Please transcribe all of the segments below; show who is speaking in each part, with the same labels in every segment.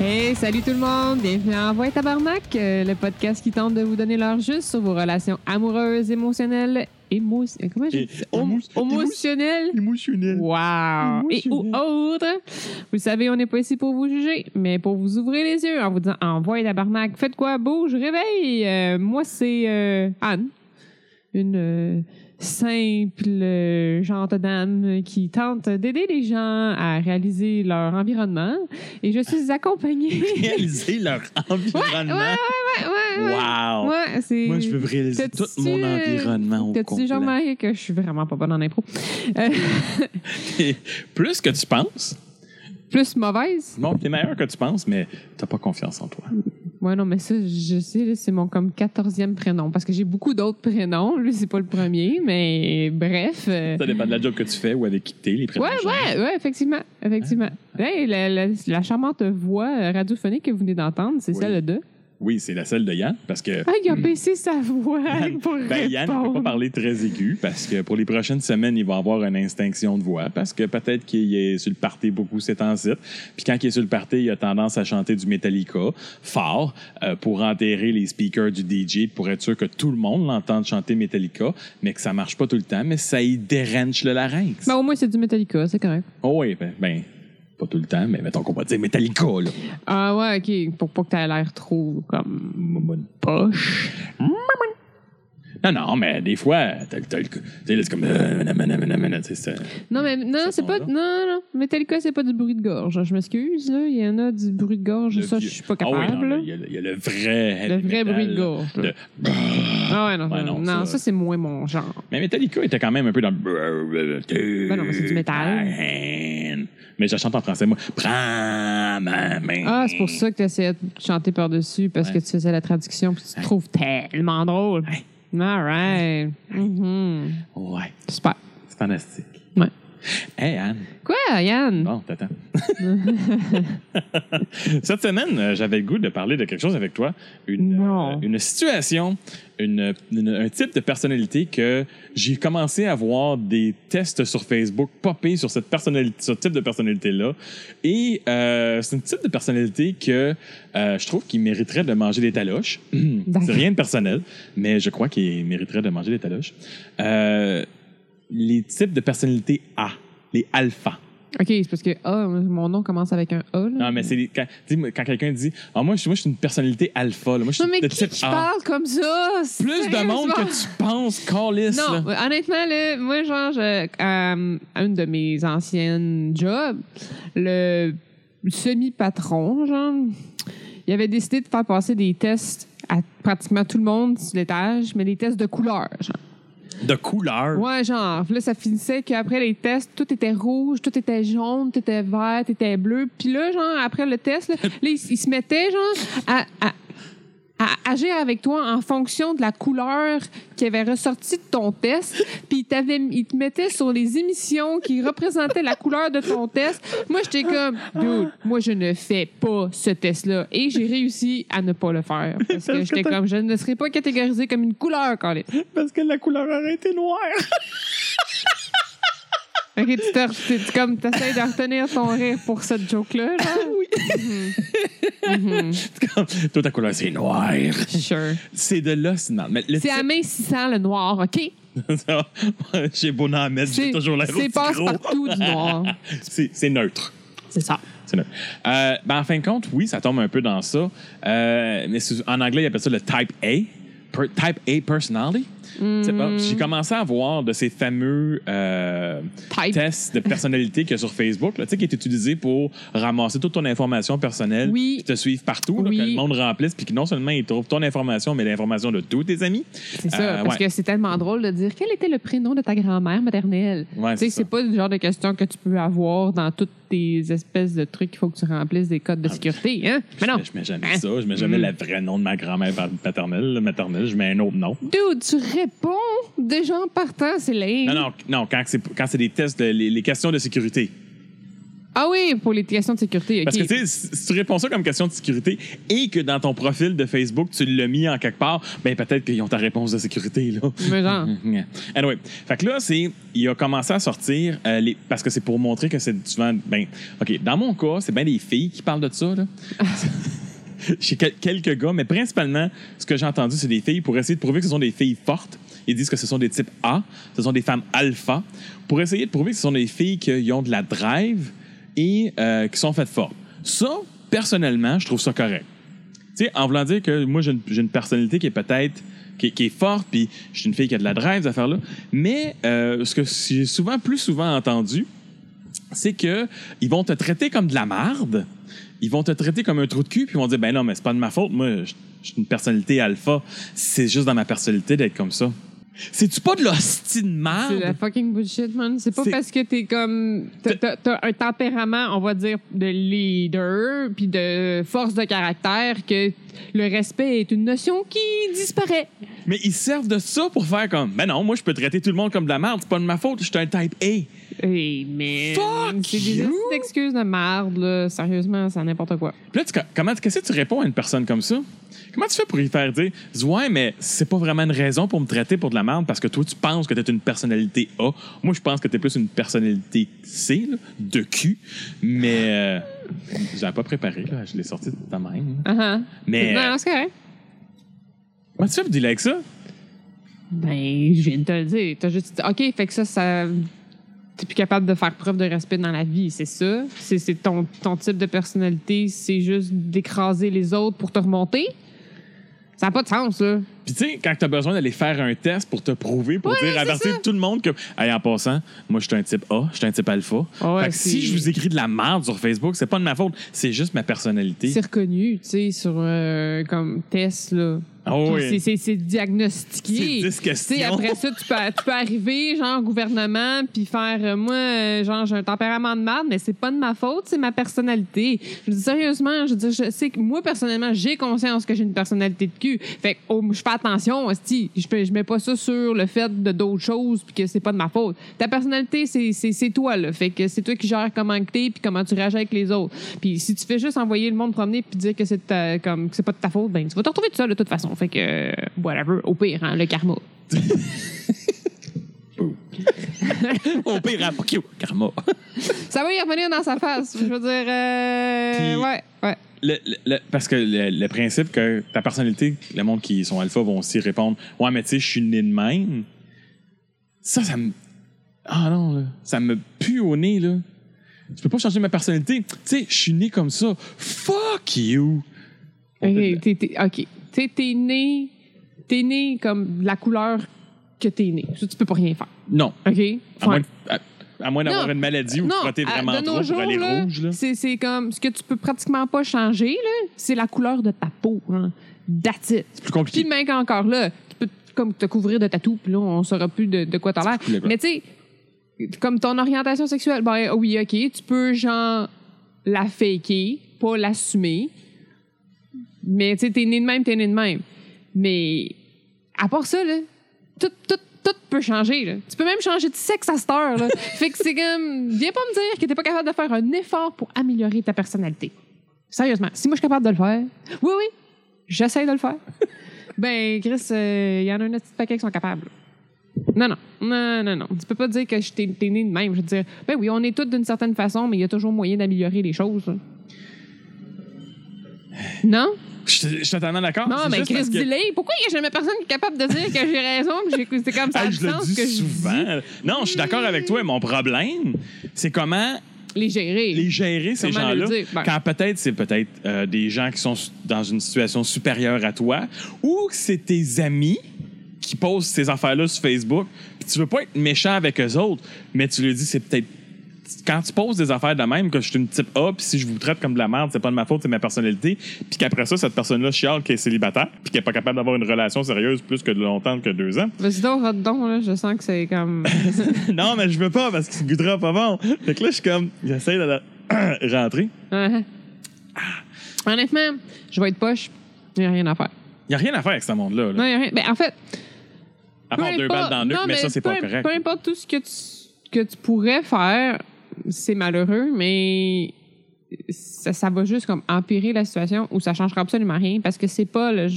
Speaker 1: Hey, salut tout le monde! Bienvenue à Envoi Tabarnak, euh, le podcast qui tente de vous donner l'heure juste sur vos relations amoureuses, émotionnelles, émo... euh, comment je
Speaker 2: Et-
Speaker 1: dis ça? Homo-
Speaker 2: émo-
Speaker 1: émotionnelles.
Speaker 2: Émotionnel.
Speaker 1: Wow! Ah, Et ou
Speaker 2: Émotionnel.
Speaker 1: autres! Vous le savez, on n'est pas ici pour vous juger, mais pour vous ouvrir les yeux en vous disant Envoi Tabarnak, faites quoi? Bouge, réveille! Euh, moi, c'est euh, Anne, une euh, simple euh, gente dame qui tente d'aider les gens à réaliser leur environnement et je suis accompagnée.
Speaker 2: Réaliser leur environnement.
Speaker 1: Ouais, ouais.
Speaker 2: Wow.
Speaker 1: Ouais, c'est.
Speaker 2: Moi, je veux réaliser
Speaker 1: T'as-tu-
Speaker 2: tout mon environnement au
Speaker 1: T'as-tu
Speaker 2: complet.
Speaker 1: déjà remarqué que je suis vraiment pas bonne en impro? Euh,
Speaker 2: Plus que tu penses.
Speaker 1: plus mauvaise?
Speaker 2: Bon, t'es meilleur que tu penses, mais t'as pas confiance en toi.
Speaker 1: Ouais, non, mais ça, je sais, là, c'est mon comme 14e prénom parce que j'ai beaucoup d'autres prénoms. Lui, c'est pas le premier, mais bref. euh,
Speaker 2: Ça dépend de la job que tu fais ou avec qui t'es, les prénoms.
Speaker 1: Ouais, ouais, ouais, effectivement. effectivement.
Speaker 2: Hein?
Speaker 1: Hey, la, la- la charmante voix euh, radiophonique que vous venez d'entendre, c'est
Speaker 2: Oui.
Speaker 1: celle de.
Speaker 2: Oui, c'est la celle de Yann, parce que
Speaker 1: Ah, il a baissé sa voix pour
Speaker 2: ben, Yann ne peut pas
Speaker 1: répondre.
Speaker 2: parler très aigu, parce que pour les prochaines semaines, il va avoir une instinction de voix, parce que peut-être qu'il est sur le party beaucoup ces temps-ci. Puis quand il est sur le party, il a tendance à chanter du Metallica fort euh, pour enterrer les speakers du DJ, pour être sûr que tout le monde l'entende chanter Metallica, mais que ça marche pas tout le temps, mais ça y dérange le larynx.
Speaker 1: Ben, au moins, c'est du Metallica, c'est correct.
Speaker 2: Oh oui, ben, ben, pas tout le temps, mais mettons qu'on va dire Metallica, là.
Speaker 1: Ah, ouais, ok. Pour pas que t'aies l'air trop comme.
Speaker 2: Moumoune.
Speaker 1: poche.
Speaker 2: Non, non, mais des fois, t'as le- t'as le- tu sais, là, c'est comme... euh, manamana, manamana, tu sais, c'est-
Speaker 1: Non, mais non,
Speaker 2: Ce
Speaker 1: c'est pas.
Speaker 2: son-là.
Speaker 1: Non, non, non. Metallica, c'est pas du bruit de gorge. Je m'excuse, là. Il y en a du bruit de gorge,
Speaker 2: Le
Speaker 1: ça,
Speaker 2: vieux-
Speaker 1: je suis pas
Speaker 2: Ah oui, non,
Speaker 1: capable.
Speaker 2: là,
Speaker 1: là.
Speaker 2: il y a le- il y, a le vrai...
Speaker 1: le
Speaker 2: heavy
Speaker 1: vrai
Speaker 2: metal,
Speaker 1: bruit de
Speaker 2: là.
Speaker 1: gorge. là.
Speaker 2: de-
Speaker 1: Ah, ouais, non.
Speaker 2: Ouais,
Speaker 1: non,
Speaker 2: non,
Speaker 1: non, ça,
Speaker 2: ça-
Speaker 1: c'est moins mon genre.
Speaker 2: Mais Metallica était quand même un peu dans...
Speaker 1: Ben non, mais c'est du métal.
Speaker 2: Mais je chante en français, moi. Prends ma main.
Speaker 1: Ah, c'est pour ça que tu essayais de chanter par-dessus parce que
Speaker 2: Ouais.
Speaker 1: tu faisais la traduction puis tu te trouves tellement drôle.
Speaker 2: Ouais.
Speaker 1: All right. Mhm.
Speaker 2: Ouais,
Speaker 1: Super.
Speaker 2: c'est fantastique.
Speaker 1: Ouais.
Speaker 2: Hey, Anne.
Speaker 1: Quoi, Yann?
Speaker 2: Bon, t'attends. Cette semaine, euh, j'avais le goût de parler de quelque chose avec toi. Une,
Speaker 1: Non.
Speaker 2: euh, une situation, une- une- un type de personnalité que j'ai commencé à voir des tests sur Facebook popper sur cette personnalité, ce type de personnalité-là. Et euh, c'est un type de personnalité que euh, je trouve qu'il mériterait de manger des taloches. C'est
Speaker 1: D'accord.
Speaker 2: rien de personnel, mais je crois qu'il mériterait de manger des taloches. Euh, les types de personnalités A, les alphas.
Speaker 1: OK, c'est parce que ah, mon nom commence avec un A. là.
Speaker 2: Non, mais c'est les- quand, dis-moi, quand quelqu'un dit Ah, moi, je, suis- moi, je suis une personnalité alpha. là. Moi, je suis
Speaker 1: Non, mais
Speaker 2: de
Speaker 1: qui
Speaker 2: type
Speaker 1: qui
Speaker 2: A.
Speaker 1: parle comme ça?
Speaker 2: Ah. Plus de monde que
Speaker 1: Sérieusement?
Speaker 2: tu penses, Callis.
Speaker 1: Non,
Speaker 2: là.
Speaker 1: honnêtement, là, moi, genre, je- euh, à une de mes anciennes jobs, le semi-patron, genre, il avait décidé de faire passer des tests à pratiquement tout le monde sur l'étage, mais des tests de couleur. Genre.
Speaker 2: De couleur.
Speaker 1: Ouais, genre, là, ça finissait qu'après les tests, tout était rouge, tout était jaune, tout était vert, tout était bleu. Puis là, genre, après le test, là, là, ils, ils se mettaient, genre, à, à- à agir avec toi en fonction de la couleur qui avait ressorti de ton test. Puis ils t'avaient- ils te mettaient sur les émissions qui représentaient la couleur de ton test. Moi, j'étais comme, dude, moi, je ne fais pas ce test-là. Et j'ai réussi à ne pas le faire. Parce que
Speaker 2: que
Speaker 1: j'étais
Speaker 2: t'as-
Speaker 1: comme, je ne serais pas catégorisée comme une couleur, quand même.
Speaker 2: Parce que la couleur aurait été noire.
Speaker 1: Ok, tu te, tu- tu- comme t'essayes de retenir ton rire pour cette joke-là, genre? Ah Oui.
Speaker 2: C'est comme, Toi, ta couleur, c'est noir.
Speaker 1: Sure.
Speaker 2: C'est de là, sinon. Mais le
Speaker 1: C'est amincissant, le noir, OK?
Speaker 2: type- ça, J'ai beau nom à mettre, j'ai
Speaker 1: C'est
Speaker 2: toujours l'air aussi
Speaker 1: c'est
Speaker 2: gros.
Speaker 1: passe-partout du noir.
Speaker 2: C'est c'est neutre.
Speaker 1: C'est ça.
Speaker 2: C'est neutre. Euh, ben, en fin de compte, oui, ça tombe un peu dans ça. Euh, mais sous- en anglais, ils appellent ça le type A. per- type A personality. C'est pas-
Speaker 1: Hmm.
Speaker 2: J'ai commencé à voir de ces fameux euh,
Speaker 1: Type.
Speaker 2: tests de personnalité qu'il y a sur Facebook, là, tu sais, qui est utilisé pour ramasser toute ton information personnelle,
Speaker 1: Oui.
Speaker 2: qui te suivent partout, là,
Speaker 1: Oui.
Speaker 2: que le monde remplisse, puis que non seulement ils trouvent ton information, mais l'information de tous tes amis.
Speaker 1: C'est ça,
Speaker 2: Euh,
Speaker 1: parce
Speaker 2: ouais.
Speaker 1: que c'est tellement drôle de dire quel était le prénom de ta grand-mère maternelle.
Speaker 2: Ouais,
Speaker 1: tu sais,
Speaker 2: c'est
Speaker 1: c'est
Speaker 2: ça.
Speaker 1: pas le genre de question que tu peux avoir dans toutes tes espèces de trucs qu'il faut que tu remplisses des codes de
Speaker 2: mais-
Speaker 1: sécurité, hein? Mais non.
Speaker 2: Ah, Je mets jamais
Speaker 1: Hein?
Speaker 2: ça, je mets jamais
Speaker 1: Mm.
Speaker 2: le vrai nom de ma grand-mère paternelle, là, maternelle, je mets un autre nom.
Speaker 1: Dude, tu réponds déjà en partant, c'est laid.
Speaker 2: Non, non, non, quand c'est, quand c'est des tests, de- les, les questions de sécurité.
Speaker 1: Ah oui, pour les questions de sécurité.
Speaker 2: Parce
Speaker 1: ok.
Speaker 2: que, tu sais, si si tu réponds ça comme question de sécurité et que dans ton profil de Facebook, tu l'as mis en quelque part, ben peut-être qu'ils ont ta réponse de sécurité, là.
Speaker 1: Mais genre.
Speaker 2: Mhm. Anyway, fait que là, c'est, il a commencé à sortir, euh, les, parce que c'est pour montrer que c'est souvent, ben, OK, dans mon cas, c'est bien des filles qui parlent de ça, là. Chez quel- quelques gars, mais principalement, ce que j'ai entendu, c'est des filles pour essayer de prouver que ce sont des filles fortes. Ils disent que ce sont des types A, ce sont des femmes alpha, pour essayer de prouver que ce sont des filles qui euh, ont de la drive et euh, qui sont faites fortes. Ça, personnellement, je trouve ça correct tu sais, en voulant dire que moi, j'ai une, j'ai une personnalité qui est peut-être. Qui, qui est forte, puis je suis une fille qui a de la drive, ces affaires-là. Mais euh, ce que j'ai souvent, plus souvent entendu, c'est que ils vont te traiter comme de la marde, ils vont te traiter comme un trou de cul, puis ils vont dire ben non, mais c'est pas de ma faute, moi, je je suis une personnalité alpha, c'est juste dans ma personnalité d'être comme ça. C'est-tu pas de l'hostie de
Speaker 1: C'est la
Speaker 2: marde?
Speaker 1: fucking bullshit, man. C'est pas
Speaker 2: Ah, ben. C'est-
Speaker 1: parce que t'es comme. t'as- T'as t'as un tempérament, on va dire, de leader puis de force de caractère que le respect est une notion qui disparaît.
Speaker 2: Mais ils servent de ça pour faire comme ben non, moi, je peux traiter tout le monde comme de la marde, c'est pas de ma faute, je suis un type A.
Speaker 1: Hey, man.
Speaker 2: Fuck
Speaker 1: C'est des
Speaker 2: you!
Speaker 1: petites excuses de merde, là. Sérieusement, c'est n'importe quoi.
Speaker 2: Puis là, tu- comment, qu'est-ce que tu réponds à une personne comme ça? Comment tu fais pour lui faire dire, Dis, ouais, mais c'est pas vraiment une raison pour me traiter pour de la merde parce que toi, tu penses que t'es une personnalité A. Moi, je pense que t'es plus une personnalité C, là, de Q. Mais euh, je l'avais pas préparé, là. je l'ai sorti de ta même.
Speaker 1: Ah ah.
Speaker 2: Mais
Speaker 1: Non, c'est correct.
Speaker 2: comment tu fais pour dealer avec ça?
Speaker 1: Ben, je viens de te le dire. T'as juste dit, OK, fait que ça, ça. T'es plus capable de faire preuve de respect dans la vie, c'est ça? C'est c'est ton, ton type de personnalité, c'est juste d'écraser les autres pour te remonter? Ça n'a pas de sens, là.
Speaker 2: Puis tu sais, quand t'as besoin d'aller faire un test pour te prouver, pour dire,
Speaker 1: c'est
Speaker 2: avertir
Speaker 1: ça.
Speaker 2: tout le monde que, hey, en passant, moi, je suis un type A, je suis un type alpha.
Speaker 1: Ah ouais,
Speaker 2: Fait que
Speaker 1: c'est-
Speaker 2: si je vous écris de la merde sur Facebook, c'est pas de ma faute, c'est juste ma personnalité.
Speaker 1: C'est reconnu, tu sais, sur euh, comme test, là.
Speaker 2: Ah oui.
Speaker 1: C'est- c'est- C'est diagnostiqué.
Speaker 2: C'est dix questions.
Speaker 1: Tu sais, après ça, tu peux, tu peux arriver, genre, au gouvernement, puis faire, euh, moi, euh, genre, j'ai un tempérament de merde, mais c'est pas de ma faute, c'est ma personnalité. Je dis sérieusement, je dis, je sais que moi, personnellement, j'ai conscience que j'ai une personnalité de cul. Fait que oh, je fais attention, hostie. Je, fais- je mets pas ça sur le fait de d'autres choses, puis que c'est pas de ma faute. Ta personnalité, c'est- c'est c'est toi, là. Fait que c'est toi qui gères comment que t'es, puis comment tu réagis avec les autres. Puis si tu fais juste envoyer le monde promener, puis dire que c'est de ta- comme que c'est pas de ta faute, ben, tu vas te retrouver tout seul, de toute façon. Fait que, euh, whatever, au pire, hein, le karma.
Speaker 2: Au pire, à Pokio, karma.
Speaker 1: Ça va y revenir dans sa face. Je veux dire, euh,
Speaker 2: Puis-
Speaker 1: ouais, ouais.
Speaker 2: Le- le- le- parce que le, le principe que ta personnalité, le monde qui sont alpha vont aussi répondre Ouais, mais tu sais, je suis né de même. Ça, ça me. Ah non, là. Ça me pue au nez, là. Je peux pas changer ma personnalité. Tu sais, je suis né comme ça. Fuck you!
Speaker 1: Ok, t'es, t'es- ok. Tu sais, t'es né, t'es né comme de la couleur que t'es né. Ça, tu peux pas rien faire.
Speaker 2: Non.
Speaker 1: Ok.
Speaker 2: À
Speaker 1: Fine.
Speaker 2: moins, à- à moins d'avoir
Speaker 1: Non.
Speaker 2: une maladie ou de
Speaker 1: Non,
Speaker 2: frotter
Speaker 1: à-
Speaker 2: vraiment
Speaker 1: de nos
Speaker 2: trop
Speaker 1: jours,
Speaker 2: pour aller
Speaker 1: là,
Speaker 2: rouge, là.
Speaker 1: C'est, c'est comme ce que tu peux pratiquement pas changer là, c'est la couleur de ta peau. Hein. That's it.
Speaker 2: C'est plus
Speaker 1: Puis
Speaker 2: compliqué.
Speaker 1: le mec encore là, tu peux comme te couvrir de tatou, puis là on saura plus de, de quoi t'as l'air.
Speaker 2: coulais pas.
Speaker 1: Mais tu sais, comme ton orientation sexuelle, ben oui, ok, tu peux genre la faker, pas l'assumer. Mais tu sais, t'es né de même, t'es né de même. Mais à part ça, là, tout, tout, tout peut changer. là. Tu peux même changer de sexe à cette heure. Là. fait que c'est comme. Viens pas me dire que t'es pas capable de faire un effort pour améliorer ta personnalité. Sérieusement, si moi je suis capable de le faire, oui, oui, j'essaie de le faire. ben, Chris, il y en a un petit paquet qui sont capables. Non, non, non, non, non. Tu peux pas dire que je t'ai t'es né de même. Je veux dire, ben oui, on est tous d'une certaine façon, mais il y a toujours moyen d'améliorer les choses. là. Non?
Speaker 2: Je suis je suis totalement d'accord.
Speaker 1: Non,
Speaker 2: C'est
Speaker 1: mais
Speaker 2: Ah, juste
Speaker 1: Chris
Speaker 2: parce que-
Speaker 1: Delay, pourquoi il n'y a jamais personne qui est capable de dire que j'ai raison, que j'ai- c'est comme ça,
Speaker 2: Ah,
Speaker 1: a
Speaker 2: je
Speaker 1: du
Speaker 2: le
Speaker 1: sens
Speaker 2: dis
Speaker 1: que
Speaker 2: souvent. Non, je suis d'accord avec toi. Mon problème, c'est comment
Speaker 1: je les gérer.
Speaker 2: les gérer, ces
Speaker 1: Comment le
Speaker 2: gens-là,
Speaker 1: dire? Ben.
Speaker 2: quand peut-être c'est peut-être euh, des gens qui sont su- dans une situation supérieure à toi, ou que c'est tes amis qui posent ces affaires-là sur Facebook, puis tu veux pas être méchant avec eux autres, mais tu le dis, c'est peut-être quand tu poses des affaires de même, que je suis une type A, puis si je vous traite comme de la merde, c'est pas de ma faute, c'est ma personnalité, puis qu'après ça, cette personne-là chiale qu'elle est célibataire, puis qu'elle est pas capable d'avoir une relation sérieuse plus que de longtemps que deux ans.
Speaker 1: Vas-y donc, rate donc, là, je sens que c'est comme...
Speaker 2: non, mais je veux pas parce que ça goûtera pas bon. Fait que là, je suis comme, j'essaie de la- rentrer.
Speaker 1: Ouais. hein.
Speaker 2: Ah.
Speaker 1: Honnêtement, je vais être poche, il n'y a rien à faire.
Speaker 2: Il n'y a rien à faire avec ce monde-là. là.
Speaker 1: Non, y a rien. Ben, en fait,
Speaker 2: à part
Speaker 1: peu
Speaker 2: deux
Speaker 1: importe-
Speaker 2: balles dans le nuque,
Speaker 1: non,
Speaker 2: mais, ça, c'est
Speaker 1: peu-
Speaker 2: pas correct.
Speaker 1: Peu importe tout ce que tu, que tu pourrais faire, c'est malheureux, mais ça, ça va juste comme empirer la situation ou ça changera absolument rien parce que c'est pas le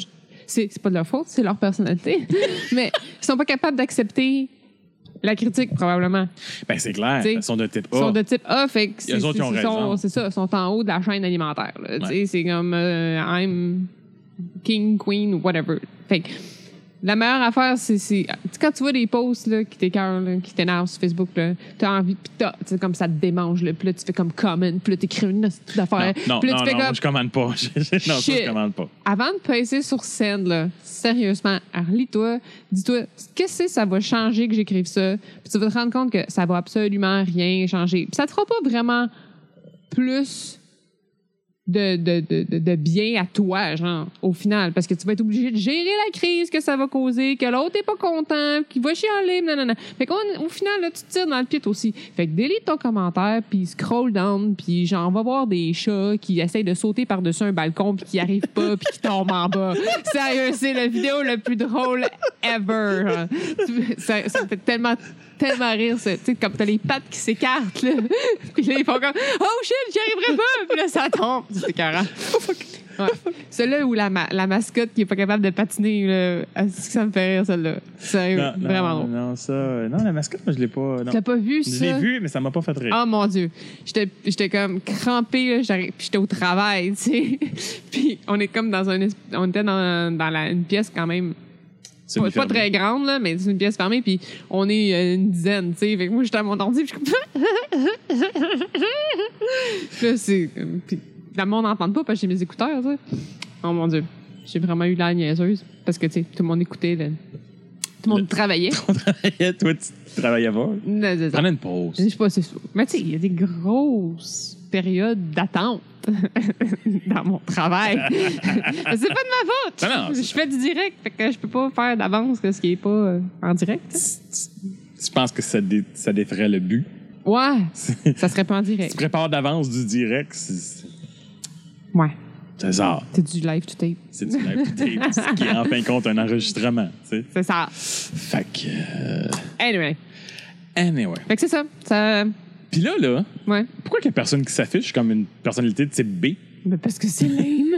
Speaker 1: c'est c'est pas de leur faute, c'est leur personnalité. mais ils sont pas capables d'accepter la critique probablement.
Speaker 2: Ben, c'est clair.
Speaker 1: T'sais,
Speaker 2: Ils sont de type A.
Speaker 1: Ils sont de type A, fait que c'est
Speaker 2: Eux autres, ils ont
Speaker 1: c'est- sont-
Speaker 2: raison.
Speaker 1: c'est ça, ils sont en haut de la chaîne alimentaire. là. Tu sais,
Speaker 2: Ouais.
Speaker 1: C'est comme euh, I'm king, queen, whatever. Fait que la meilleure affaire, c'est c'est- tu sais, quand tu vois des posts là, qui t'écœurent, là, qui t'énervent sur Facebook, là, t'as envie, pis t'as, tu sais, comme ça te démange, là, pis là, tu fais comme comment, pis là, t'écris une petite affaire.
Speaker 2: Non,
Speaker 1: pis là,
Speaker 2: non,
Speaker 1: tu
Speaker 2: non,
Speaker 1: fais
Speaker 2: moi,
Speaker 1: comme-
Speaker 2: je commande pas. non, ça,
Speaker 1: Shit.
Speaker 2: je commande pas.
Speaker 1: avant de passer sur scène, là, sérieusement, relis-toi, dis-toi, qu'est-ce que c'est, ça va changer que j'écrive ça? Puis tu vas te rendre compte que ça va absolument rien changer. Puis ça te fera pas vraiment plus de, de, de, de- de bien à toi, genre, au final, parce que tu vas être obligé de gérer la crise que ça va causer, que l'autre est pas content, qu'il va chialer, nanana. Fait qu'on- au final, là, tu te tires dans le pied toi aussi. Fait que délite ton commentaire, puis scroll down, puis genre, on va voir des chats qui essayent de sauter par-dessus un balcon, puis qui arrivent pas, puis qui tombent en bas. Sérieux, c'est la vidéo la plus drôle ever. hein. Tu- Ça, ça me fait tellement tellement rire, ça. tu sais, comme t'as les pattes qui s'écartent, là. Puis là, ils font comme, oh shit, j'y arriverai pas! Puis là, ça tombe. C'est écœurant. Ouais. Celle-là où la, ma- la mascotte qui est pas capable de patiner, là, est-ce que ça me fait rire, celle-là? Sérieux,
Speaker 2: Non, non,
Speaker 1: vraiment drôle.
Speaker 2: non, ça. euh, Non, la mascotte, moi, je l'ai pas. non.
Speaker 1: Tu l'as pas vu, ça?
Speaker 2: Je l'ai vu, mais ça m'a pas fait rire.
Speaker 1: Oh mon Dieu. J'étais j'étais comme crampée, là, j'arri- puis j'étais au travail, tu sais. Puis on est comme dans un... es- On était dans, dans la- une pièce quand même
Speaker 2: C'est
Speaker 1: pas, pas très grande, là, mais c'est une pièce fermée, puis on est euh, une dizaine, tu sais. Fait que moi, j'étais à mon ordi, puis je suis comme... Puis là, c'est... euh, Puis la monde n'entend pas parce que j'ai mes écouteurs, tu sais. Oh mon Dieu. J'ai vraiment eu l'air niaiseuse parce que, tu sais, tout le monde écoutait, là. Tout le monde
Speaker 2: Le-
Speaker 1: travaillait.
Speaker 2: Toi, tu travaillais pas.
Speaker 1: Non, c'est ça.
Speaker 2: Prenez une
Speaker 1: Je
Speaker 2: pause.
Speaker 1: sais pas, c'est sûr. Mais tu sais, il y a des grosses périodes d'attente dans mon travail. c'est pas de ma faute.
Speaker 2: Non, non, c'est
Speaker 1: je fais du direct, fait que je peux pas faire d'avance que ce qui est pas euh, en direct.
Speaker 2: Tu tu penses que ça, dé- ça déferait le but?
Speaker 1: Ouais,
Speaker 2: tu
Speaker 1: ça serait pas en direct.
Speaker 2: prépares d'avance du direct. C'est
Speaker 1: Ouais,
Speaker 2: c'est ça.
Speaker 1: c'est du live to tape.
Speaker 2: C'est du live tape, ce qui est en fin de compte un enregistrement. tu sais.
Speaker 1: C'est ça.
Speaker 2: Fait que. euh,
Speaker 1: Anyway,
Speaker 2: Anyway.
Speaker 1: fait que c'est ça. Ça,
Speaker 2: Puis là, là,
Speaker 1: ouais.
Speaker 2: pourquoi qu'il y a personne qui s'affiche comme une personnalité de type B?
Speaker 1: Mais parce que c'est lame.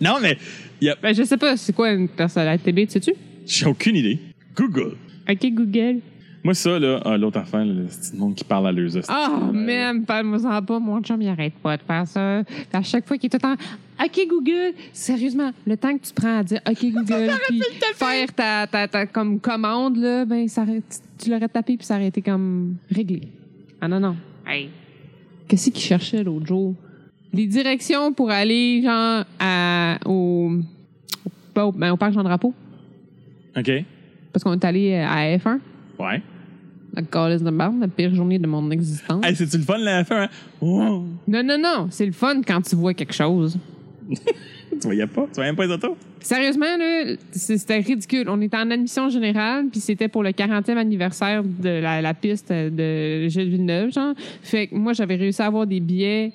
Speaker 2: Non, mais il y a-
Speaker 1: ben, je sais pas, c'est quoi une personne à la TB, tu sais-tu?
Speaker 2: j'ai aucune idée. Google.
Speaker 1: Ok, Google.
Speaker 2: Moi, ça, là, ah, l'autre affaire, là, c'est le monde qui parle à leurs hosties.
Speaker 1: Oh,
Speaker 2: Ouais,
Speaker 1: même, parle-moi-en pas. Mon chum, il arrête pas de faire ça. Puis à chaque fois qu'il est tout le temps, OK, Google, sérieusement, le temps que tu prends à dire OK, Google, puis faire ta, ta, ta comme commande, là, ben, ça, aurait- tu- tu l'aurais tapé, puis ça aurait été comme réglé. Ah non, non. Hey. Qu'est-ce qu'il cherchait l'autre jour? Les directions pour aller, genre, à, au, pas au, ben, au parc Jean-Drapeau, Ah.
Speaker 2: OK?
Speaker 1: parce qu'on est allé à F1,
Speaker 2: Ouais.
Speaker 1: la calice de barbe, la pire journée de mon existence.
Speaker 2: Hey, c'est-tu le fun, la F1? Hein? Wow!
Speaker 1: Non, non, non. C'est le fun quand tu vois quelque chose.
Speaker 2: Tu voyais pas? Tu voyais pas les autos?
Speaker 1: Sérieusement, là, c'est- c'était ridicule. On était en admission générale, puis c'était pour le 40e anniversaire de la, la piste de Gilles Villeneuve, genre. Fait que moi, j'avais réussi à avoir des billets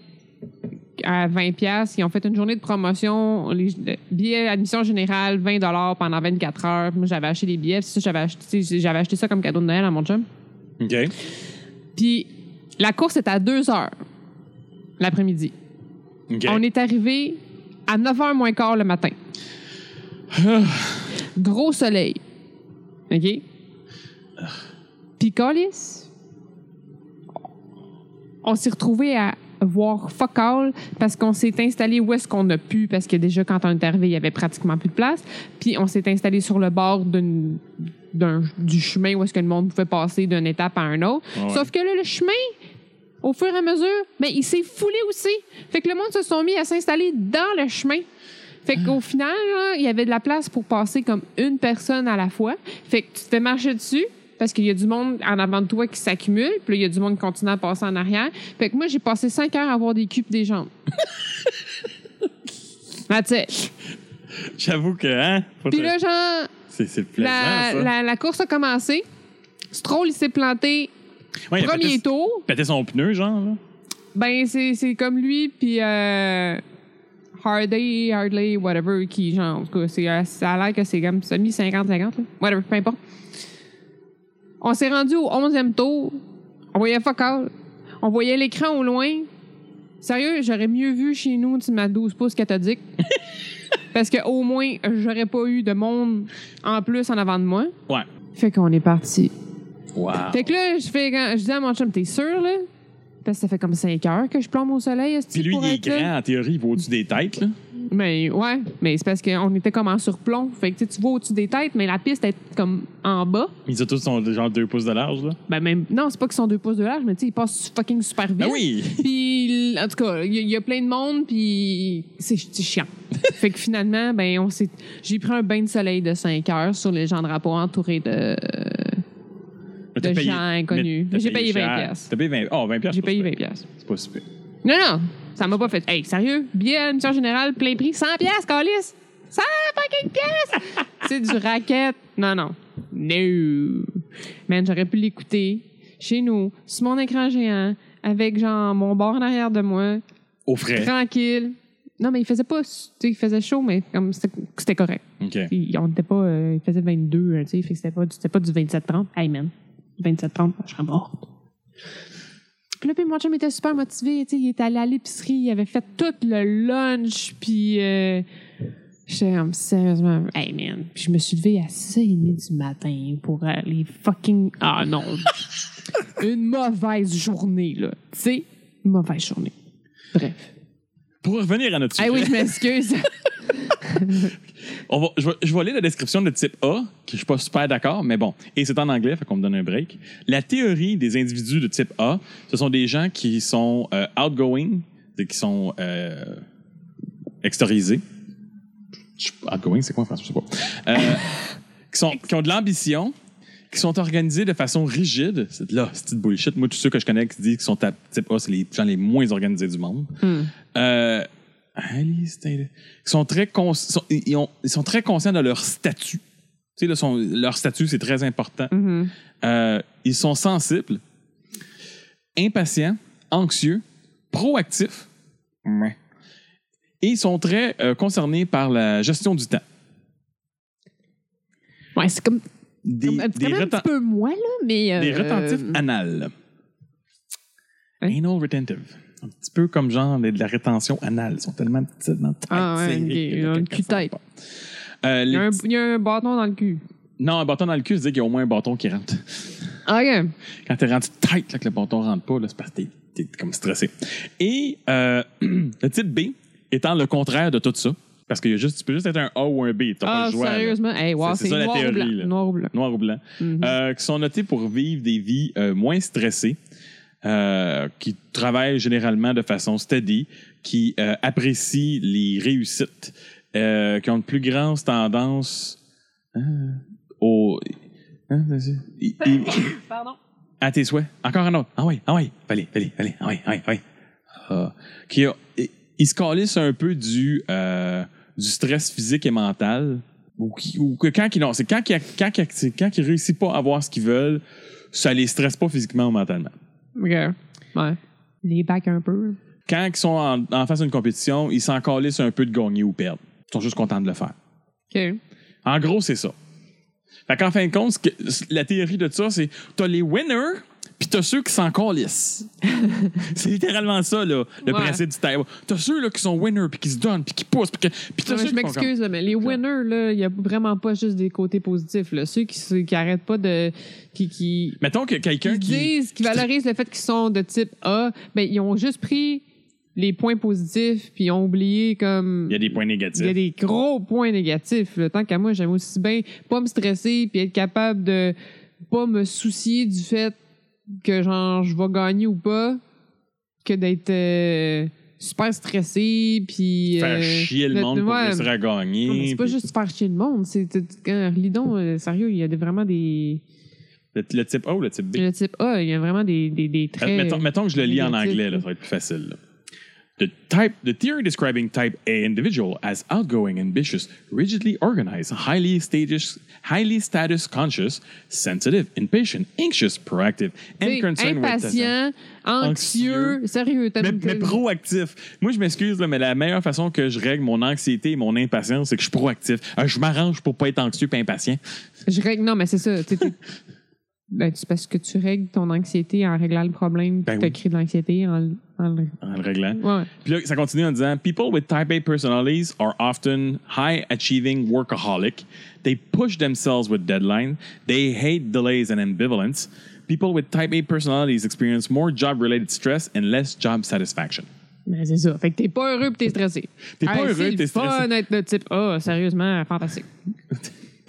Speaker 1: à 20 pièces. Ils ont fait une journée de promotion, les les billets admission générale 20 dollars pendant 24 heures. Moi, j'avais acheté des billets, puis ça, j'avais acheté, j'avais acheté ça comme cadeau de Noël à mon chum.
Speaker 2: OK.
Speaker 1: Puis la course était à 2 heures l'après-midi.
Speaker 2: OK.
Speaker 1: On est arrivé à 9h moins quart le matin. Gros soleil. OK? Puis, câlisse, on s'est retrouvé à voir fuck all parce qu'on s'est installé où est-ce qu'on a pu parce que déjà quand on est arrivé il y avait pratiquement plus de place puis on s'est installé sur le bord d'une- d'un du chemin où est-ce que le monde pouvait passer d'une étape à un autre
Speaker 2: Ouais.
Speaker 1: sauf que là le chemin au fur et à mesure mais il s'est foulé aussi fait que le monde se sont mis à s'installer dans le chemin fait qu'au final, là, il y avait de la place pour passer comme une personne à la fois. Fait que tu te fais marcher dessus parce qu'il y a du monde en avant de toi qui s'accumule, puis là, il y a du monde qui continue à passer en arrière. Fait que moi, j'ai passé cinq heures à avoir des cubes des jambes. That's it.
Speaker 2: J'avoue que, hein? faut
Speaker 1: Puis
Speaker 2: te-
Speaker 1: là, genre,
Speaker 2: c'est, c'est plaisant,
Speaker 1: la,
Speaker 2: ça.
Speaker 1: la- la course a commencé. Stroll, il s'est planté
Speaker 2: Ouais, il a
Speaker 1: premier
Speaker 2: pété,
Speaker 1: tour.
Speaker 2: pété son pneu, genre, là.
Speaker 1: Ben, c'est c'est comme lui, puis euh, Hardy, Hardley, whatever, qui, genre, en tout cas, c'est, euh, ça a l'air que c'est comme semi-50-50, là. whatever, peu importe. On s'est rendu au 11e tour, on voyait fuck all. On voyait l'écran au loin. Sérieux, j'aurais mieux vu chez nous tu, ma 12 pouces cathodique. Parce que au moins, j'aurais pas eu de monde en plus en avant de moi.
Speaker 2: Ouais.
Speaker 1: Fait qu'on est parti.
Speaker 2: Wow.
Speaker 1: Fait que là, je fais quand- je dis à mon chum, t'es sûr, là? Parce que ça fait comme 5 heures que je plombe au soleil. est-ce que
Speaker 2: Puis lui,
Speaker 1: pour
Speaker 2: il est
Speaker 1: être là?
Speaker 2: grand, en théorie, il va au-dessus des têtes. Là.
Speaker 1: Mais ouais, mais c'est parce qu'on était comme en surplomb. Fait que tu sais, tu vois au-dessus des têtes, mais la piste est comme en bas.
Speaker 2: Ils ont tous son, genre 2 pouces de large. Là.
Speaker 1: Ben même, non, c'est pas qu'ils sont deux pouces de large, mais tu sais, ils passent fucking super vite.
Speaker 2: Ben oui!
Speaker 1: Puis, l- en tout cas, il y, il y a plein de monde, puis c'est c'est chiant. fait que finalement, ben, on s'est, j'ai pris un bain de soleil de 5 heures sur les gens de rapport entourés de. euh,
Speaker 2: Mais t'as
Speaker 1: de
Speaker 2: payé-
Speaker 1: gens inconnus.
Speaker 2: mais t'as
Speaker 1: J'ai payé 20
Speaker 2: cher.
Speaker 1: piastres.
Speaker 2: T'as payé 20 Oh, 20 piastres.
Speaker 1: j'ai
Speaker 2: c'est pas
Speaker 1: payé
Speaker 2: super.
Speaker 1: 20 piastres.
Speaker 2: C'est pas super.
Speaker 1: Non, non, ça m'a pas fait. Hey, sérieux? Billet à l'émission générale, plein prix, 100 piastres, calice! 100 fucking piastres! c'est du racket. Non, non. No. Man, j'aurais pu l'écouter chez nous, sur mon écran géant, avec genre mon bord en arrière de moi,
Speaker 2: Au frais.
Speaker 1: tranquille. Non, mais il faisait pas, tu sais, il faisait chaud, mais comme c'était c'était correct.
Speaker 2: OK.
Speaker 1: Il, on était pas, euh, il faisait 22, hein, tu sais, fait que c'était pas, du- c'était pas du 27-30. Hey man, 27-30, je serais morte. Puis là, puis mon chum était super motivé, tu sais, il était allé à l'épicerie, il avait fait tout le lunch, puis euh, j'étais comme, sérieusement, hey man. Puis je me suis levée à 6h30 du matin pour aller fucking, ah non. Une mauvaise journée, là, tu sais, une mauvaise journée. Bref.
Speaker 2: Pour revenir à notre
Speaker 1: Ah
Speaker 2: sujet,
Speaker 1: oui, je m'excuse.
Speaker 2: on va- je, vais, je vais lire la description de type A, que je suis pas super d'accord, mais bon. Et c'est en anglais, fait qu'on me donne un break. La théorie des individus de type A, ce sont des gens qui sont euh, outgoing, de- qui sont euh, extériorisés. Je- Outgoing, c'est quoi en français? Je sais pas. Euh, qui, sont, qui ont de l'ambition, qui sont organisés de façon rigide. C'est de là, c'est de bullshit. Moi, tous ceux que je connais qui disent qu'ils sont à type A, c'est les gens les moins organisés du monde.
Speaker 1: Hmm.
Speaker 2: Euh, allez, c'était- ils, sont très cons- sont- ils, ont- ils sont très conscients de leur statut. Tu sais, là, son- leur statut, c'est très important.
Speaker 1: Mhm.
Speaker 2: Euh, ils sont sensibles, impatients, anxieux, proactifs. Ouais. Et ils sont très euh, concernés par la gestion du temps.
Speaker 1: Ouais, c'est comme,
Speaker 2: Des,
Speaker 1: comme- c'est
Speaker 2: des
Speaker 1: quand même un
Speaker 2: reten-
Speaker 1: petit peu moi, là, mais. euh,
Speaker 2: des retentifs anales.
Speaker 1: Hein?
Speaker 2: Anal retentive. Un petit peu comme genre de la rétention anale. Ils sont tellement petites dans le tête,
Speaker 1: Ah ouais,
Speaker 2: c'est-
Speaker 1: ok.
Speaker 2: il y a
Speaker 1: Ils ont le
Speaker 2: quelqu'un qui
Speaker 1: cul-tête.
Speaker 2: sort pas. Euh,
Speaker 1: Il
Speaker 2: les
Speaker 1: y, a un,
Speaker 2: petits-
Speaker 1: il y a un bâton dans le cul.
Speaker 2: Non, un bâton dans le cul, c'est qu'il y a au moins un bâton qui rentre.
Speaker 1: Ah, OK.
Speaker 2: Quand t'es rendu tight, là, que le bâton rentre pas, là, c'est parce que t'es- t'es comme stressé. Et euh, le type B étant le contraire de tout ça, parce que y a juste, tu peux juste être un A ou un B. T'as pas
Speaker 1: Ah,
Speaker 2: le choix. là.
Speaker 1: sérieusement? Hey, wow,
Speaker 2: C'est- c'est
Speaker 1: c'est
Speaker 2: ça, la
Speaker 1: noir, ou
Speaker 2: théorie, là.
Speaker 1: blanc. Noir ou blanc.
Speaker 2: Noir ou blanc.
Speaker 1: Mhm.
Speaker 2: euh, qui sont notés pour vivre des vies euh, moins stressées, euh, qui travaillent généralement de façon steady, qui euh, apprécient les réussites, euh, qui ont une plus grande tendance euh, au. hein, vas-y. I- i-
Speaker 1: Pardon.
Speaker 2: à tes souhaits. Encore un autre. Ah oui, ah oui. Allez, allez, allez. Ah oui, ah oui, ah oui. Ah. qui a- i- ils se calissent un peu du, euh, du stress physique et mental. Ou, qui- ou que quand ils n'ont- c'est quand ils, quand, ils- c'est quand ils réussissent pas à avoir ce qu'ils veulent, ça les stresse pas physiquement ou mentalement.
Speaker 1: OK. Ouais. Les bacs un peu.
Speaker 2: Quand ils sont en, en face d'une compétition, ils s'en calissent un peu de gagner ou perdre. Ils sont juste contents de le faire.
Speaker 1: OK.
Speaker 2: En gros, c'est ça. Fait qu'en fin de compte, ce que- ce- la théorie de ça, c'est t'as les winners, puis t'as ceux qui s'en calissent. c'est littéralement ça, là, le
Speaker 1: Ouais.
Speaker 2: principe du taille. T'as ceux là, qui sont winners, puis qui se donnent, puis qui poussent, puis que- puis t'as
Speaker 1: Non, mais
Speaker 2: ceux
Speaker 1: je
Speaker 2: qui font comme-
Speaker 1: m'excuse, là, mais les winners, là, il n'y a vraiment pas juste des côtés positifs. Là. Ceux qui n'arrêtent qui arrêtent pas de. qui, qui,
Speaker 2: Mettons que quelqu'un
Speaker 1: qui
Speaker 2: qui...
Speaker 1: disent, qui valorisent le fait qu'ils sont de type A, ben, ils ont juste pris les points positifs puis ils ont oublié comme.
Speaker 2: Il y a des points
Speaker 1: Il y a
Speaker 2: négatifs.
Speaker 1: des gros points négatifs. Là. Tant qu'à moi, j'aime aussi bien pas me stresser puis être capable de pas me soucier du fait que genre je vais gagner ou pas que d'être euh, super stressé puis
Speaker 2: Faire
Speaker 1: euh,
Speaker 2: chier le
Speaker 1: de-
Speaker 2: monde pour
Speaker 1: ouais.
Speaker 2: réussir à gagner.
Speaker 1: Non, mais c'est pas
Speaker 2: puis
Speaker 1: juste faire chier le monde, c'est Lidon, euh, sérieux, il y a des- vraiment des
Speaker 2: le, le type A ou le type B?
Speaker 1: le type A, il y a vraiment des des, des traits.
Speaker 2: Euh, mettons, mettons que je le lis en
Speaker 1: négatif,
Speaker 2: anglais, là,
Speaker 1: là.
Speaker 2: ça va être plus facile. là. The, type, the theory describing type A individual as outgoing, ambitious, rigidly organized, highly status, highly status conscious, sensitive, impatient, anxious, proactive, and
Speaker 1: T'sais,
Speaker 2: concerned with
Speaker 1: impatient, anxieux, sérieux, t'as
Speaker 2: mais,
Speaker 1: t'as-
Speaker 2: mais proactif. Moi, je m'excuse, là, mais la meilleure façon que je règle mon anxiété et mon impatience, c'est que je suis proactif. Euh, je m'arrange pour pas être anxieux et impatient.
Speaker 1: Je règle, non, mais c'est ça. t'sais, t'es- Ben, c'est parce que tu règles ton anxiété en réglant le problème
Speaker 2: Ben
Speaker 1: qui t'a
Speaker 2: oui.
Speaker 1: créé de l'anxiété. En, en le-
Speaker 2: en le réglant.
Speaker 1: ouais.
Speaker 2: Puis là, ça continue en disant People with type A personalities are often high achieving workaholic. They push themselves with deadlines. They hate delays and ambivalence. People with type A personalities experience more job related stress and less job satisfaction.
Speaker 1: Ben, c'est ça. Fait que t'es pas heureux pis t'es stressé.
Speaker 2: T'es pas heureux,
Speaker 1: c'est
Speaker 2: t'es
Speaker 1: le fun
Speaker 2: stressé.
Speaker 1: d'être le type Ah, sérieusement, fantastique.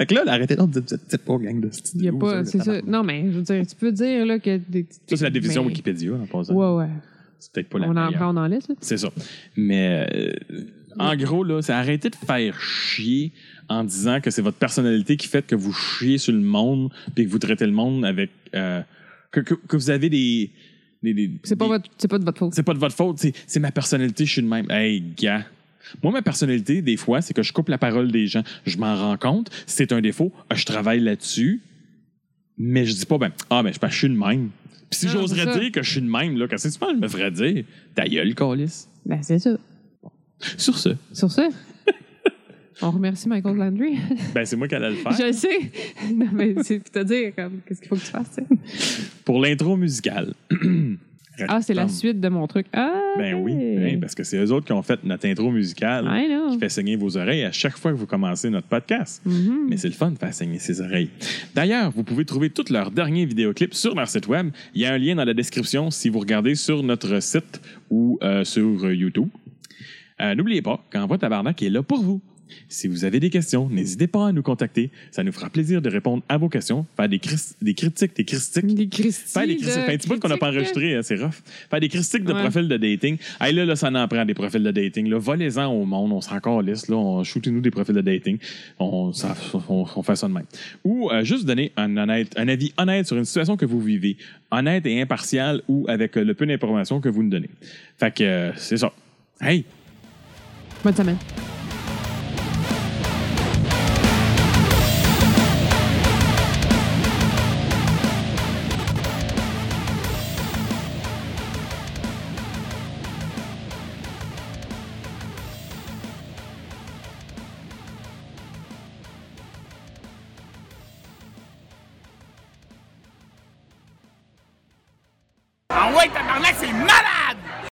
Speaker 2: Fait que là, là, arrêtez donc de dire type pas gang de studio,
Speaker 1: Il y a pas.
Speaker 2: ça,
Speaker 1: C'est ça. Non, mais je veux dire, tu peux dire là, que. t'es-
Speaker 2: Ça, c'est la division
Speaker 1: mais-
Speaker 2: Wikipédia, en passant.
Speaker 1: Ouais, ouais.
Speaker 2: C'est peut-être pas la
Speaker 1: On en
Speaker 2: meilleure.
Speaker 1: prend, on en laisse. là.
Speaker 2: C'est ça. Mais euh, en gros, là, c'est arrêter de faire chier en disant que c'est votre personnalité qui fait que vous chiez sur le monde puis que vous traitez le monde avec. euh, que, que, que vous avez des. des- des-
Speaker 1: C'est pas,
Speaker 2: des-
Speaker 1: votre- c'est pas de votre faute.
Speaker 2: C'est pas de votre faute. C'est, c'est ma personnalité, je suis de même. Hey, gars. Moi, ma personnalité, des fois, c'est que je coupe la parole des gens. Je m'en rends compte. C'est un défaut. ah, Je travaille là-dessus. Mais je dis pas, ben, ah, mais je suis de même. Puis si
Speaker 1: Non,
Speaker 2: j'oserais
Speaker 1: c'est ça.
Speaker 2: dire que je suis de même, là, qu'est-ce que tu penses que je me ferais dire? Ta gueule, calice.
Speaker 1: Ben, c'est ça.
Speaker 2: Sur ce,
Speaker 1: Sur ce, on remercie Michael Landry.
Speaker 2: ben c'est moi qui allais le faire.
Speaker 1: Je le sais. Non, mais c'est pour te dire, comme, qu'est-ce qu'il faut que tu fasses, tu sais.
Speaker 2: Pour l'intro musicale.
Speaker 1: Ah, c'est la
Speaker 2: Attends.
Speaker 1: suite de mon truc. Ah!
Speaker 2: Ben oui,
Speaker 1: hey.
Speaker 2: ben, parce que c'est eux autres qui ont fait notre intro musicale
Speaker 1: I know.
Speaker 2: qui fait saigner vos oreilles à chaque fois que vous commencez notre podcast.
Speaker 1: Mhm.
Speaker 2: Mais c'est le fun de faire saigner ses oreilles. D'ailleurs, vous pouvez trouver tous leurs derniers vidéoclips sur leur site web. Il y a un lien dans la description si vous regardez sur notre site ou euh, sur euh, YouTube. Euh, N'oubliez pas qu'Envoi Tabarnak est là pour vous. Si vous avez des questions, n'hésitez pas à nous contacter. Ça nous fera plaisir de répondre à vos questions, faire des, cris- des critiques, des critiques.
Speaker 1: Des Christy.
Speaker 2: Faire des critiques.
Speaker 1: de
Speaker 2: Fait un petit bout Ben, qu'on n'a pas
Speaker 1: critiques,
Speaker 2: enregistré, hein, c'est rough. Faire des critiques de
Speaker 1: Ouais.
Speaker 2: profils de dating. Hey, là, là, ça en prend des profils de dating. Là, volez-en au monde, on s'en calisse, là, on shootez-nous des profils de dating. On, ça- on- on fait ça de même. Ou euh, juste donner un, honnête, un avis honnête sur une situation que vous vivez, honnête et impartial ou avec euh, le peu d'informations que vous nous donnez. Fait que euh, c'est ça. Hey,
Speaker 1: là. Bonne semaine.
Speaker 3: Ah ouais, tabarnak, c'est malade!